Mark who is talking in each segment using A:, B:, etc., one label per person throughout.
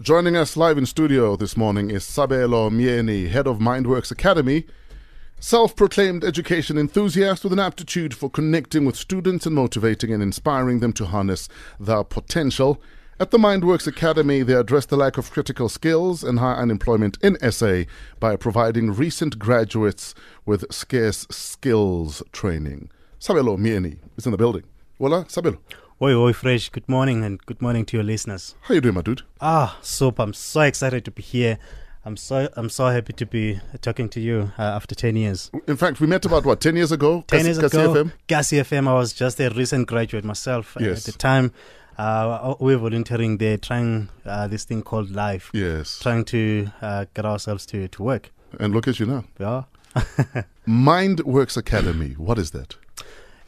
A: Joining us live in studio this morning is Sabelo Mieni, head of Mindworks Academy, self proclaimed education enthusiast with an aptitude for connecting with students and motivating and inspiring them to harness their potential. At the Mindworks Academy, they address the lack of critical skills and high unemployment in SA by providing recent graduates with scarce skills training. Sabelo Mieni is in the building. Hola, Sabelo.
B: Oi, oi, Fresh. Good morning and good morning to your listeners.
A: How you doing, my dude?
B: Ah, Soap, I'm so excited to be here. I'm so I'm so happy to be talking to you uh, after 10 years.
A: In fact, we met about what ten years ago.
B: 10
A: Kasi-
B: years
A: Kasi
B: ago,
A: FM.
B: Gassy FM, I was just a recent graduate myself. And
A: Yes.
B: At the time, uh, we were volunteering there, trying uh, this thing called life,
A: Yes,
B: trying to uh, get ourselves to, to work.
A: and look at you now.
B: Yeah.
A: Mind Works Academy. What is that?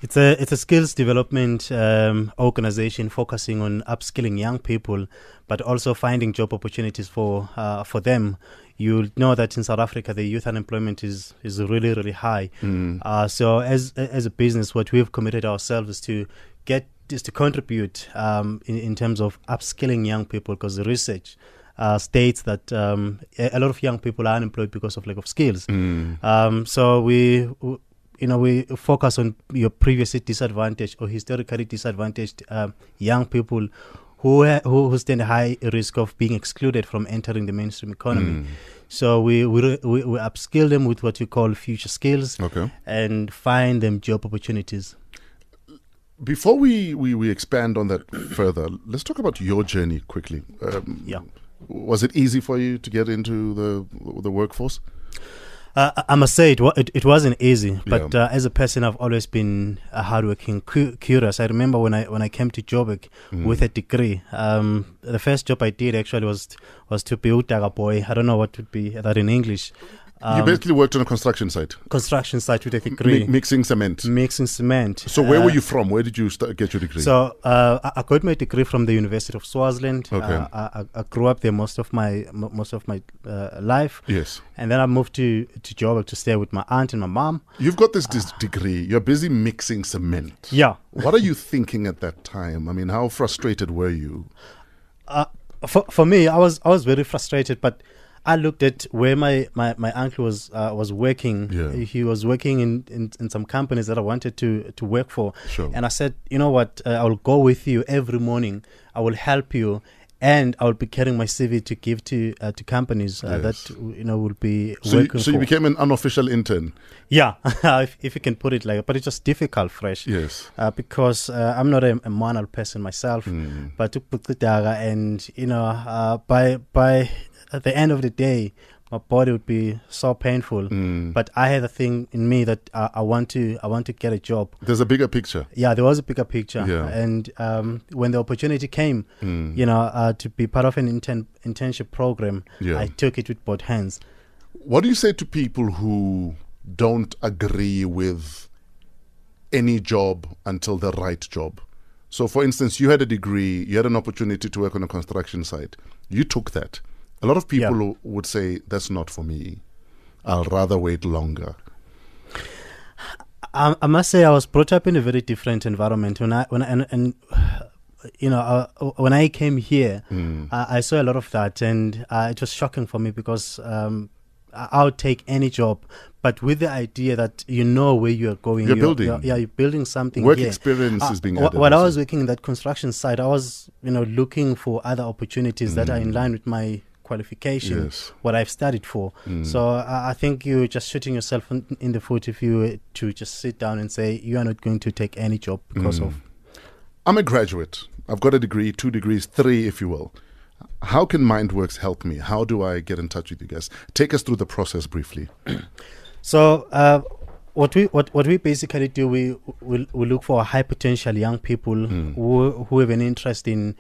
B: It's a it's a skills development um, organization focusing on upskilling young people, but also finding job opportunities for uh, for them. You know that in South Africa, the youth unemployment is is really really high. Uh, so as as a business, what we've committed ourselves is to get is to contribute um, in in terms of upskilling young people because the research. Uh, states that um, a a lot of young people are unemployed because of lack of skills. Um, so we, w- you know, we focus on your previously disadvantaged or historically disadvantaged um, young people who, ha- who who stand a high risk of being excluded from entering the mainstream economy. So we we, re- we we upskill them with what we call future skills
A: Okay.
B: and find them job opportunities.
A: Before we, we, we expand on that further, let's talk about your journey quickly. Um,
B: Yeah.
A: Was it easy for you to get into the the workforce?
B: Uh, I- I must say it, wa- it, it wasn't easy, but
A: Yeah.
B: uh, as a person, I've always been a hardworking, cu- curious. I remember when I when I came to Joburg
A: Mm.
B: with a degree. Um, the first job I did actually was was to build a boy. I don't know what would be that in English.
A: you
B: Um,
A: basically worked on a construction site,
B: construction site with a degree,
A: mi- mixing cement.
B: mixing cement.
A: So where were
B: Uh,
A: you from? Where did you sta- get your degree?
B: So uh, I- I got my degree from the University of Swaziland.
A: Okay.
B: Uh, I, I- I grew up there most of my mo- most of my uh, life,
A: yes.
B: and then I moved to to Joburg to stay with my aunt and my mom.
A: You've got this, dis degree. You're busy mixing cement.
B: Yeah.
A: What are you thinking at that time? I mean, how frustrated were you?
B: uh, for for me, I was I was very frustrated, but I looked at where my my, my uncle was uh, was working.
A: Yeah.
B: He was working in, in, in some companies that I wanted to to work for.
A: Sure.
B: And I said, you know what? Uh, I will go with you every morning. I will help you. And I will be carrying my CV to give to uh, to companies uh,
A: Yes.
B: that you know will be
A: So, you,
B: working
A: so you
B: for.
A: became an unofficial intern.
B: yeah, if, if you can put it like, that. but it's just difficult, fresh
A: Yes.
B: uh, because uh, I'm not a, a manual person myself,
A: Hmm.
B: but to put the dagger and you know uh, by by at the end of the day, my body would be so painful.
A: Hmm.
B: But I had a thing in me that uh, I want to I want to get a job.
A: There's a bigger picture.
B: Yeah, there was a bigger picture,
A: Yeah. Hmm.
B: and um, when the opportunity came, you know, uh, to be part of an intern internship program,
A: Yeah.
B: I took it with both hands.
A: What do you say to people who don't agree with any job until the right job? So, for instance, you had a degree, you had an opportunity to work on a construction site, you took that. A lot of people
B: Yeah.
A: would say, That's not for me. I'll rather wait longer.
B: I, I must say I was brought up in a very different environment when I when I, and, and you know uh, when I came here
A: Mm.
B: I, I saw a lot of that and uh, it was shocking for me because um, I- I'll take any job but with the idea that you know where you are going
A: You're building.
B: yeah you're building something
A: Work
B: here.
A: experience
B: Uh,
A: is being
B: wh-
A: added.
B: while I
A: also.
B: was working in that construction site I was you know looking for other opportunities that are in line with my qualification
A: Mm. Yes. Mm.
B: what I've studied for. So I, I think you're just shooting yourself in, in the foot if you were to just sit down and say you are not going to take any job because
A: Mm.
B: of.
A: I'm a graduate. I've got a degree, two degrees, three, if you will. How can MindWorks help me? How do I get in touch with you guys? Take us through the process briefly.
B: So uh, what we what, what we basically do we, we we look for high potential young people who who have an interest in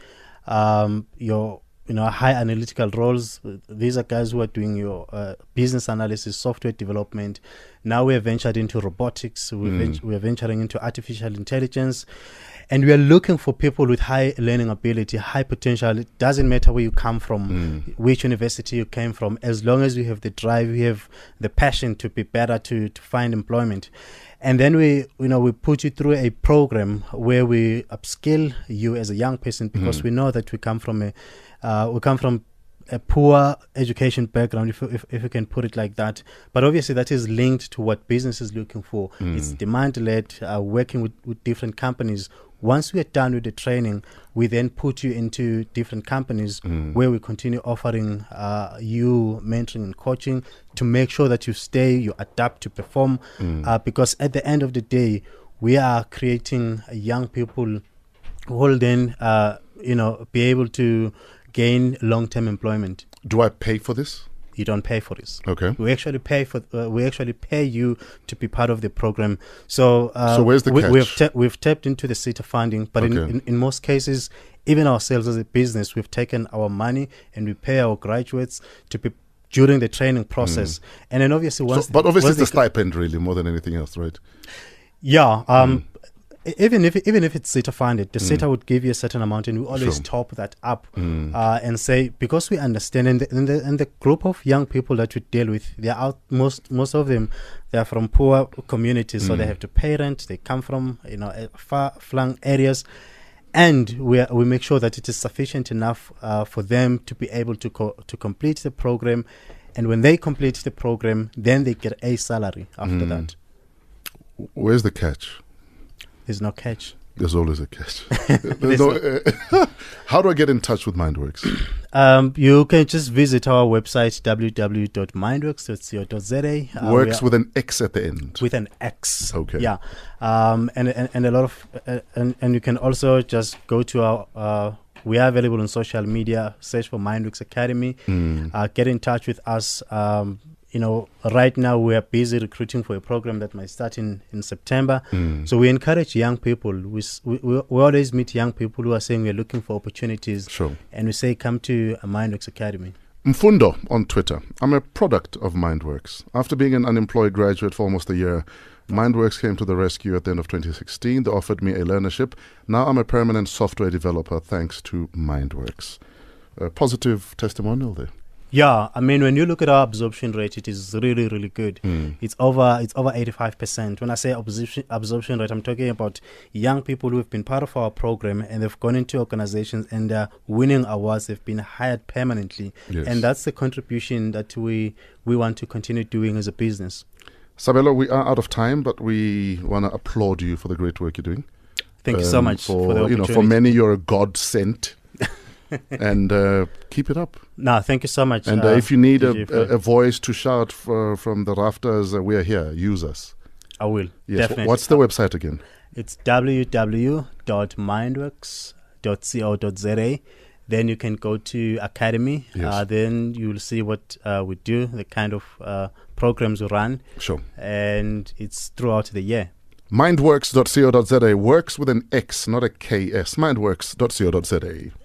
B: um, your you know high analytical roles. These are guys who are doing your uh, business analysis, software development. Now we have ventured into robotics. We ven- we are venturing into artificial intelligence. And we are looking for people with high learning ability, high potential. It doesn't matter where you come from, which university you came from, as long as you have the drive, you have the passion to be better, to, to find employment. And then we, you know, we put you through a program where we upskill you as a young person because we know that we come from a, uh, we come from a poor education background, if, if, if you can put it like that. But obviously, that is linked to what business is looking for. It's demand led, uh, working with, with different companies. Once we are done with the training, we then put you into different companies where we continue offering uh, you mentoring and coaching to make sure that you stay, you adapt, to perform. Uh, because at the end of the day, we are creating young people who will then, uh, you know, be able to gain long-term employment.
A: Do I pay for this?
B: You don't pay for this.
A: Okay.
B: We actually pay for. Uh, we actually pay you to be part of the program. So, uh,
A: So where's the
B: we, We've,
A: catch?
B: ta- we've tapped into the CETA funding, but in,
A: Okay.
B: in, in most cases, even ourselves as a business, we've taken our money and we pay our graduates to be during the training process. And then obviously,
A: Mm. So,
B: once
A: but obviously,
B: once
A: it's a
B: they-
A: stipend, really, more than anything else, right?
B: yeah. Um, e- Even if even if it's CETA funded, the CETA would give you a certain amount, and we always
A: Sure.
B: top that up uh, and say because we understand, and the, and the and the group of young people that we deal with, they are out most most of them, they are from poor communities, so they have to pay rent. They come from you know eh, far flung areas. And we, are, we make sure that it is sufficient enough uh, for them to be able to co- to complete the program, and when they complete the program, then they get a salary after that.
A: Where's the catch?
B: There's no catch.
A: There's always a catch. There's no- uh, how do I get in touch with MindWorks?
B: Um, you can just visit our website www.mindworks.co.za. Uh, we
A: Works
B: are-
A: with an X at the end.
B: with an X.
A: Okay.
B: Yeah. Um, and, and and a lot of uh, and and you can also just go to our. Uh, we are available on social media. Search for Mindworks Academy.
A: Hmm,
B: Uh, get in touch with us. Um, you know, right now we are busy recruiting for a program that might start in, in September.
A: hmm.
B: Mm. So we encourage young people. We, s- we, we we always meet young people who are saying we're looking for opportunities.
A: Sure.
B: and we say come to a Mindworks Academy.
A: Mfundo on Twitter. I'm a product of MindWorks. After being an unemployed graduate for almost a year, MindWorks came to the rescue at the end of 2016. They offered me a learnership. Now I'm a permanent software developer thanks to MindWorks. A positive testimonial there.
B: Yeah, I mean when you look at our absorption rate, it is really really good. It's over it's over eighty five percent. When I say absorption absorption rate, I'm talking about young people who have been part of our program and they've gone into organizations and they're winning awards. They've been hired permanently,
A: Yes.
B: and that's the contribution that we we want to continue doing as a business.
A: Sabelo, we are out of time, but we want to applaud you for the great work you're doing.
B: Thank you so
A: Um,
B: much for,
A: you
B: the
A: know,
B: opportunity.
A: for many, you're a god sent. and uh, keep it up.
B: no, thank you so much.
A: And uh, if you need a,
B: DJ,
A: a, a voice to shout for, from the rafters, uh, we are here. Use us.
B: I will
A: Yes. wh-
B: definitely.
A: What's the website again?
B: It's www.mindworks.co.za. Then you can go to Academy.
A: Yes.
B: Uh, then you'll see what uh, we do, the kind of uh, programs we run,
A: Sure.
B: and it's throughout the year.
A: Mindworks.co.za works with an X, not a KS. Mindworks.co.za.